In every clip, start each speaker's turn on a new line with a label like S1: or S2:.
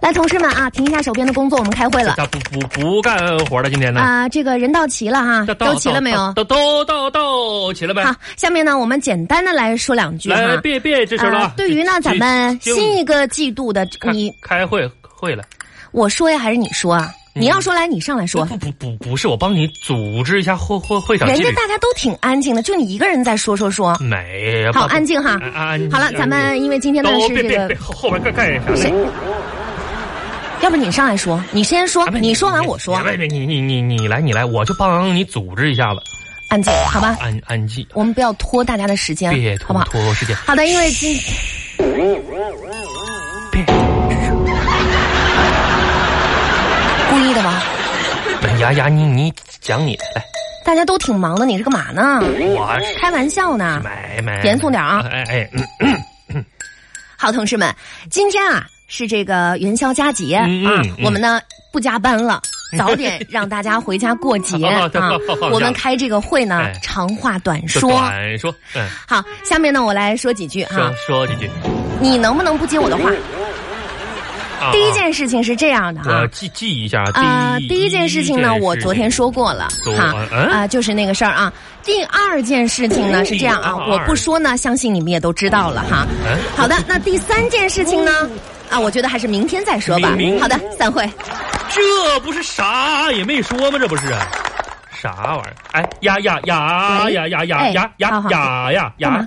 S1: 来，同事们啊，停一下手边的工作，我们开会了
S2: 咋不不不干活了？今天呢？
S1: 啊、这个人到齐了哈，
S2: 这
S1: 都齐了没有？
S2: 都都都都齐了呗？
S1: 好，下面呢，我们简单的来说两句
S2: 来，
S1: 哈。
S2: 别别吱声了
S1: 呃
S2: 啊。，
S1: 对于呢，咱们新一个季度的
S2: 开
S1: 你，
S2: 开会会了，
S1: 我说呀，还是你说啊？你要说来，你上来说。
S2: 不不不不是，我帮你组织一下会会会场
S1: 人
S2: 纪
S1: 家
S2: 律。
S1: 大家都挺安静的，就你一个人在说说说。
S2: 没
S1: 好，
S2: 不不
S1: 安静哈
S2: 安。安啊
S1: 好了，咱们因为今天呢
S2: 都
S1: 是
S2: 别
S1: 这
S2: 别别
S1: 个，
S2: 后后边干干啥
S1: 谁
S2: 嘞？
S1: 要不你上来说，你先说
S2: 啊，不
S1: 你说完我说
S2: 别，别别你你你你来你来，我就帮你组织一下子，
S1: 安静，好吧？
S2: 安安静，
S1: 我们不要拖大家的时间
S2: 别，
S1: 好
S2: 拖
S1: 不好？
S2: 拖时间。
S1: 好的，因为今
S2: 别，
S1: 故意的吧，
S2: 本牙牙哎你你讲你的来，
S1: 大家都挺忙的，你是干嘛呢？
S2: 我是
S1: 开玩笑呢。
S2: 买买，
S1: 啊严肃点啊
S2: 哎哎，嗯
S1: 好，同事们，今天啊是这个元宵佳节啊
S2: 嗯嗯，嗯
S1: 我们呢不加班 了。早点让大家回家过节
S2: 好
S1: 啊
S2: 好好好好！
S1: 我们开这个会呢
S2: 哎，
S1: 长话短
S2: 就
S1: 说。
S2: 短说，嗯，
S1: 好，下面呢，我来说几句哈
S2: 说。说几句。
S1: 你能不能不接我的话？
S2: 啊
S1: 第一，件事情是这样的
S2: 我
S1: 啊。
S2: 记记一下。
S1: 啊，第一件事情呢，
S2: 第一件
S1: 我昨天说过了
S2: 昨
S1: 哈，
S2: 嗯
S1: 啊，就是那个事儿啊。第二件事情呢是这样啊
S2: 哎第，二
S1: 我不说呢，相信你们也都知道了哈。
S2: 嗯
S1: 好的，那第三件事情呢，啊，我觉得还是明天再说吧
S2: 明。明
S1: 好的，散会。
S2: 这不是啥也没说吗？这不是啊，啥玩意儿？哎呀呀呀呀呀
S1: 哎
S2: 呀呀呀呀呀呀！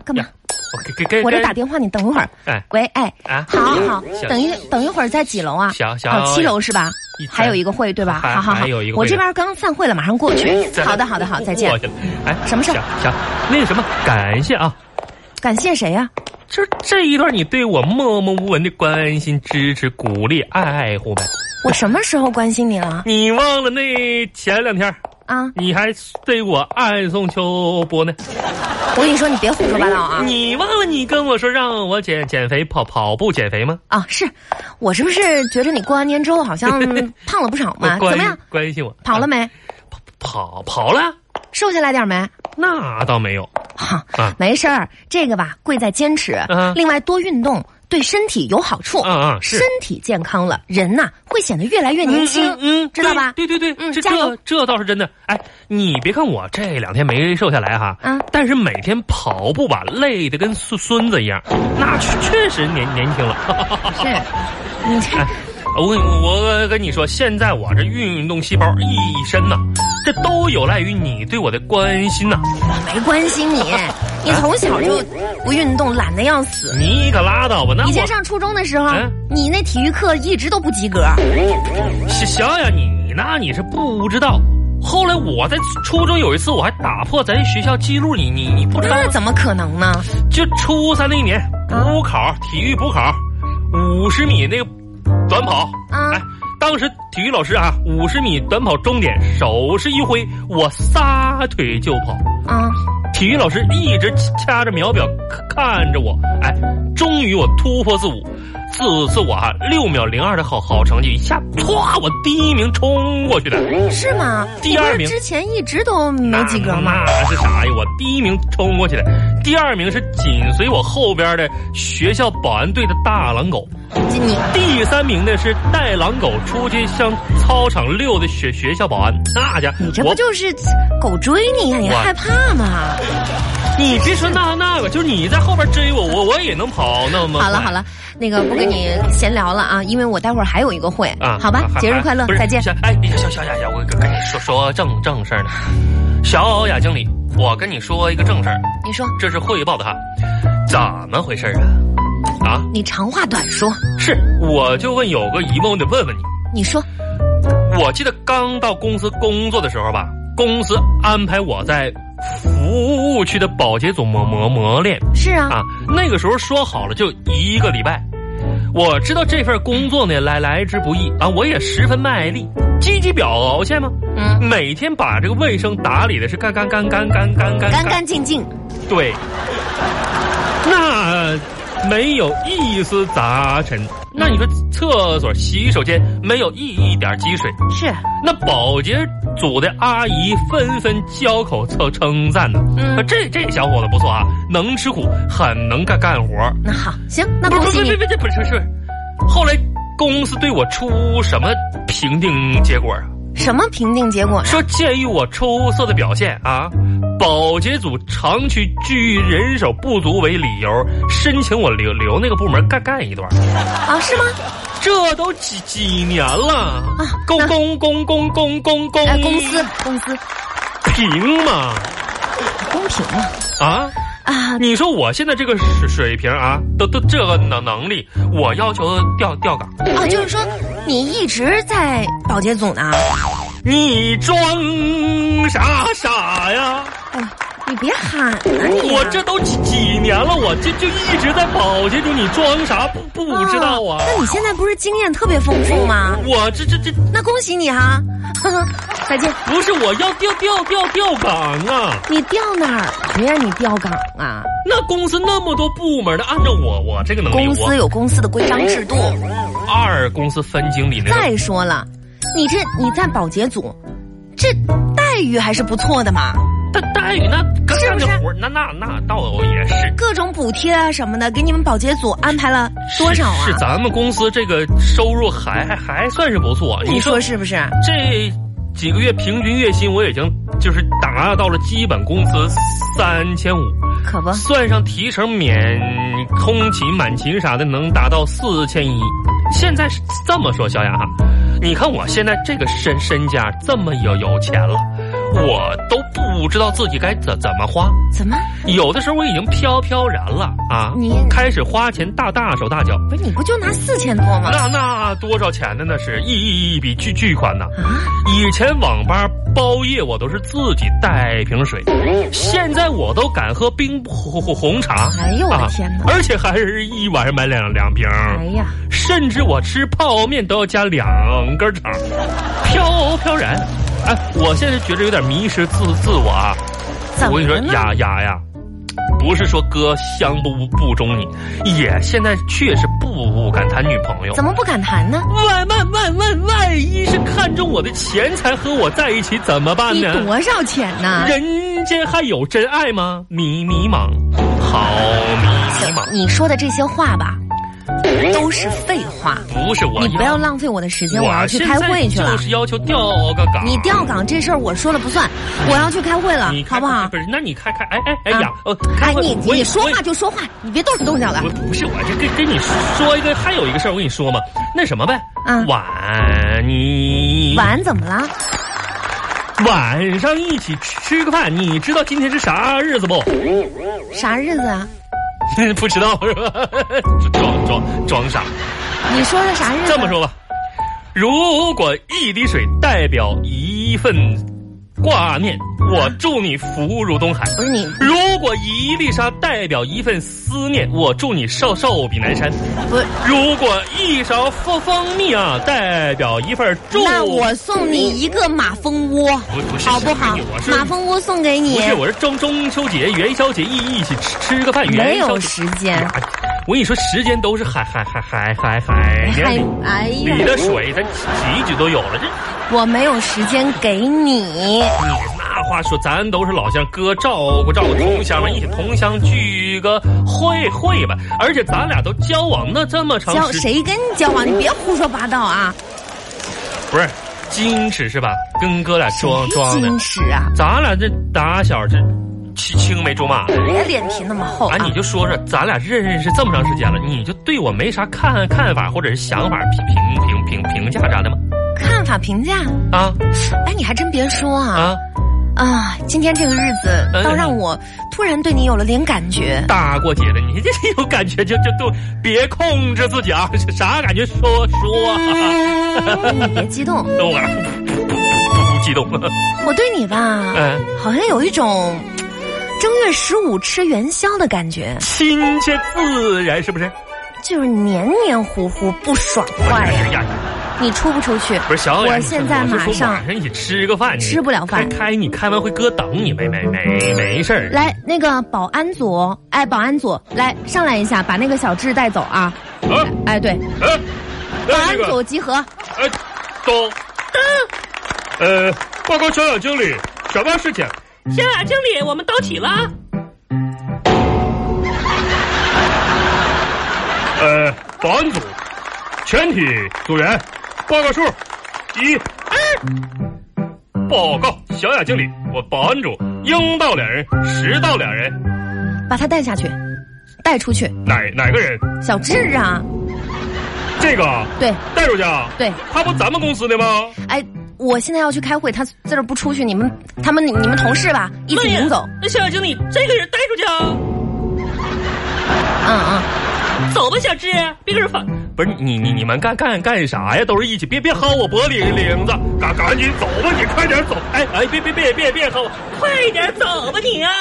S2: 我给给给，
S1: 我这打电话，你等一会儿。
S2: 哎
S1: 喂，哎，
S2: 啊
S1: 好好
S2: 小，
S1: 等一等一会儿在几楼啊？
S2: 小小
S1: 哦，七楼是吧
S2: 一？层
S1: 还有一个会对吧？
S2: 还
S1: 好好好，
S2: 还有一个会嗯
S1: 我这边刚散会了，马上过去。好的，好的，好，再见。
S2: 哎，行行，那个什么，感谢啊。
S1: 感谢谁啊呀、
S2: 这这一段你对我默默无闻的关心、支持、鼓励、爱护呗，
S1: 我什么时候关心你了
S2: 你忘了那前两天
S1: 啊？
S2: 你还对我暗送秋波呢？
S1: 我跟你说，你别胡说八道啊！
S2: 你忘了你跟我说让我减减肥跑跑步减肥吗？
S1: 啊，是我是不是觉着你过完年之后好 像胖了不少嘛？啊
S2: 关
S1: 怎么样，
S2: 关心我啊
S1: 跑了？没？
S2: 跑跑了？
S1: 瘦下来点没？
S2: 那倒没有。
S1: 哈、
S2: 啊
S1: 没事儿，这个吧，贵在坚持。
S2: 嗯
S1: 另外，多运动对身体有好处。
S2: 嗯嗯是嗯
S1: 身体健康了，人呐、会显得越来越年轻，知道吧？
S2: 对对对，
S1: 嗯
S2: 这
S1: 加油
S2: 这这倒是真的。哎，你别看我这两天没瘦下来哈，
S1: 嗯
S2: 但是每天跑步吧，累得跟孙孙子一样，那确确实年年轻了。
S1: 是，你这
S2: 嗯哎，我跟我跟你说，现在我这运动细胞一身呐、这都有赖于你对我的关心呐、
S1: 没关心你，你从小就不运动，懒得要死。
S2: 你可拉倒吧，那
S1: 以前
S2: 我
S1: 上初中的时候
S2: 嗯，
S1: 你那体育课一直都不及格。
S2: 想想你，那你是不知道。后来我在初中有一次，我还打破咱学校记录，你你你不知道
S1: 那
S2: 吗？
S1: 怎么可能呢？
S2: 就初三那一年补考，体育补考，五十米那个短跑，
S1: 啊
S2: 哎，当时体育老师啊，五十米短跑终点，手势一挥，我撒腿就跑。
S1: 啊，
S2: 体育老师一直掐着秒表看看着我，哎，终于我突破自我，自自我啊六秒零二的好好成绩，一下唰我第一名冲过去的，
S1: 是吗？
S2: 第
S1: 你不
S2: 二
S1: 是
S2: 名
S1: 之前一直都没及格吗？
S2: 啊那是啥呀？我第一名冲过去的，第二名是紧随我后边的学校保安队的大狼狗，
S1: 这你
S2: 第三名呢是带狼狗出去向操场溜的学学校保安，那家
S1: 你这
S2: 我
S1: 不就是狗追你呀？你
S2: 我
S1: 害怕吗？
S2: 你别说那那个，就是你在后边追我，我我也能跑那么
S1: 好了
S2: 快
S1: 好了，那个不跟你闲聊了啊，因为我待会儿还有一个会
S2: 啊，
S1: 好吧，
S2: 还
S1: 节日快乐
S2: 不，是
S1: 再见。
S2: 小哎，小小雅雅，我跟跟你说说正正事儿呢。小雅经理，我跟你说一个正事儿，
S1: 你说，
S2: 这是汇报的哈，怎么回事儿啊？啊，
S1: 你长话短说，
S2: 是，我就问有个疑问，我得问问你。
S1: 你说
S2: 我记得刚到公司工作的时候吧，公司安排我在服务区的保洁组磨磨磨练
S1: 是啊？
S2: 啊，那个时候说好了就一个礼拜。我知道这份工作呢来来之不易啊，我也十分卖力，积极表现嘛。
S1: 嗯，
S2: 每天把这个卫生打理的是干干干干干干干
S1: 干干净净，
S2: 对，那没有一丝杂尘。那你说厕所、洗手间没有一点积水，
S1: 是，
S2: 那保洁组的阿姨纷纷交口称称赞呢。
S1: 嗯
S2: 啊这这小伙子不错啊，能吃苦，很能干干活。
S1: 那好，行，那
S2: 不
S1: 恭
S2: 是
S1: 喜
S2: 不
S1: 你
S2: 是不是不是不是，后来公司对我出什么评定结果啊？
S1: 什么评定结果呢？
S2: 说鉴于我出色的表现啊，保洁组长期居于人手不足为理由，申请我留留那个部门干干一段。
S1: 啊，是吗？
S2: 这都几几年了，公
S1: 啊那
S2: 公公公公公公
S1: 哎，公司公司
S2: 平嘛
S1: 公平嘛
S2: 啊！
S1: 啊，
S2: 你说我现在这个水水平啊，都都这个能能力，我要求调调岗。
S1: 哦，就是说你一直在保洁组呢？
S2: 你装啥傻呀？
S1: 哎，你别喊啊你！
S2: 我这都几几年了，我这就一直在保洁中，你装啥不不知道啊？
S1: 那你现在不是经验特别丰富吗？
S2: 我这这这
S1: 那恭喜你哈、 再见。
S2: 不是我要调调调调岗啊！
S1: 你调哪儿去呀？你调岗啊？
S2: 那公司那么多部门的，按照我我这个能力，
S1: 公
S2: 我
S1: 司有公司的规章制度。
S2: 二公司分经理那个
S1: 再说了，你这你在保洁组，这待遇还是不错的嘛，
S2: 待待遇那刚
S1: 是
S2: 干
S1: 不
S2: 的
S1: 是
S2: 活儿，那那那倒也是。
S1: 各种补贴啊什么的，给你们保洁组安排了多少啊
S2: 是？是咱们公司这个收入还还还算是不错。
S1: 你
S2: 你说
S1: 说是不是？
S2: 这几个月平均月薪我已经就是达到了基本工资三千五，
S1: 可不，
S2: 算上提成、免空勤、满勤啥的，能达到四千一。现在是这么说，小雅啊，你看我现在这个身身家这么有有钱了，我都不知道自己该怎怎么花。
S1: 怎么？
S2: 有的时候我已经飘飘然了啊，
S1: 你
S2: 开始花钱大大手大脚，
S1: 不是你不就拿四千多吗？
S2: 那那多少钱呢？那是一一一笔巨巨款呐！
S1: 啊，
S2: 以前网吧包夜我都是自己带瓶水，现在我都敢喝冰红红茶。
S1: 哎呦我
S2: 啊
S1: 的天哪！
S2: 而且还是一晚上买两两瓶，
S1: 哎呀，
S2: 甚至我吃泡面都要加两根肠，飘飘然。哎，我现在觉得有点迷失自自我啊！
S1: 怎
S2: 我
S1: 么
S2: 跟你说
S1: 了，呢？
S2: 雅雅呀，不是说哥相不不中你，也现在确实不不敢谈女朋友。
S1: 怎么不敢谈呢？
S2: 万万万万万一是看中我的钱才和我在一起，怎么办
S1: 你啊
S2: 呢？
S1: 多少钱呢？
S2: 人间还有真爱吗？迷迷茫，好迷茫。
S1: 你说的这些话吧，都是废话。
S2: 不是我，
S1: 你不要浪费我的时间，我要
S2: 我
S1: 去
S2: 现
S1: 开
S2: 在
S1: 会去了
S2: 就。是要求调个岗。
S1: 你调岗这事儿我说了不算，我要去开会了
S2: 你，看
S1: 好不好？
S2: 不是，那你看看，哎哎哎
S1: 啊
S2: 呀，呃，
S1: 哎
S2: 开，会
S1: 你
S2: 我也
S1: 你说
S2: 我也
S1: 话就说话，你别动手动脚的
S2: 不。不是，我这跟跟你说一个，还有一个事儿，我跟你说嘛，那什么呗，
S1: 嗯
S2: 晚你
S1: 碗怎么了？
S2: 晚上一起吃个饭，你知道今天是啥日子不？
S1: 啥日子啊？
S2: 不知道是吧？装装装傻。
S1: 你说的啥日子？啊
S2: 这么说吧，如果一滴水代表一份挂念，我祝你福如东海；
S1: 不是你，
S2: 如果一粒沙代表一份思念，我祝你寿寿比南山；
S1: 不是，
S2: 如果一勺蜂蜂蜜啊，代表一份祝。
S1: 那我送你一个马蜂窝，
S2: 不不是
S1: 好不好
S2: 是我？是
S1: 马蜂窝送给你
S2: 不，是，我是中中秋节、元宵节一一起吃吃个饭，
S1: 没
S2: 元宵
S1: 有
S2: 节。
S1: 时间。
S2: 哎我跟你说，时间都是海海海海海海
S1: 还
S2: 里
S1: 哎
S2: 里
S1: 呀，
S2: 的水，它几举都有了。这
S1: 我没有时间给你。
S2: 你那话说，咱都是老乡，哥照顾照顾同乡们，一起同乡聚个会会吧。而且咱俩都交往那这么长
S1: 交
S2: 时间，
S1: 谁跟你交往？你别胡说八道啊！
S2: 不是矜持是吧？跟哥俩装装的
S1: 哎真，是啊！
S2: 咱俩这打小这青青梅竹马的。
S1: 别脸皮那么厚
S2: 啊，
S1: 啊！
S2: 你就说说，咱俩认识这么长时间了，你就对我没啥看看法或者是想法评评评评评价啥的吗？
S1: 看法评价，
S2: 啊
S1: 哎，你还真别说啊
S2: 啊，
S1: 啊！今天这个日子
S2: 嗯
S1: 倒让我突然对你有了点感觉。
S2: 大过节的，你这有感觉 就就都别控制自己啊， 啥感觉说说、啊。
S1: 哎你别激动，
S2: 等会儿， 不激动。
S1: 我对你吧，
S2: 嗯，
S1: 好像有一种正月十五吃元宵的感觉，
S2: 亲切自然是不是？
S1: 就是黏黏糊糊不爽快呀。
S2: 哎呀，
S1: 你出不出去？
S2: 不是小雅，
S1: 我现在
S2: 你说
S1: 马上
S2: 晚上一起吃个饭，你
S1: 吃不了饭
S2: 开开你开完会哥等你，没没没没事儿。
S1: 来，那个保安组，哎，保安组，来上来一下，把那个小智带走啊！
S2: 啊
S1: 哎，对，
S2: 哎，
S1: 保
S2: 哎
S1: 安
S2: 那个
S1: 组集合。
S2: 哎，走。呃，报告小雅经理，什么事情？
S3: 小雅经理，我们到齐了。
S2: 呃，保安组，全体组员，报告数，一、二。报告，小雅经理，我保安组应到两人，实到两人，
S1: 把他带下去，带出去。
S2: 哪哪个人？
S1: 小智啊，
S2: 这个
S1: 对
S2: 带出去啊？
S1: 对，
S2: 他不咱们公司的吗？
S1: 哎，我现在要去开会，他在这儿不出去，你们他们你你们同事吧，一起领走。
S3: 那小雅经理，这个人带出去啊！
S1: 嗯嗯，
S3: 走吧，小智，别搁这烦。
S2: 不是你你你们干干干啥呀？都是一起，别别薅我脖领领子，赶赶紧走吧，你快点走！哎哎，别别别别别薅我！
S3: 快点走吧你啊！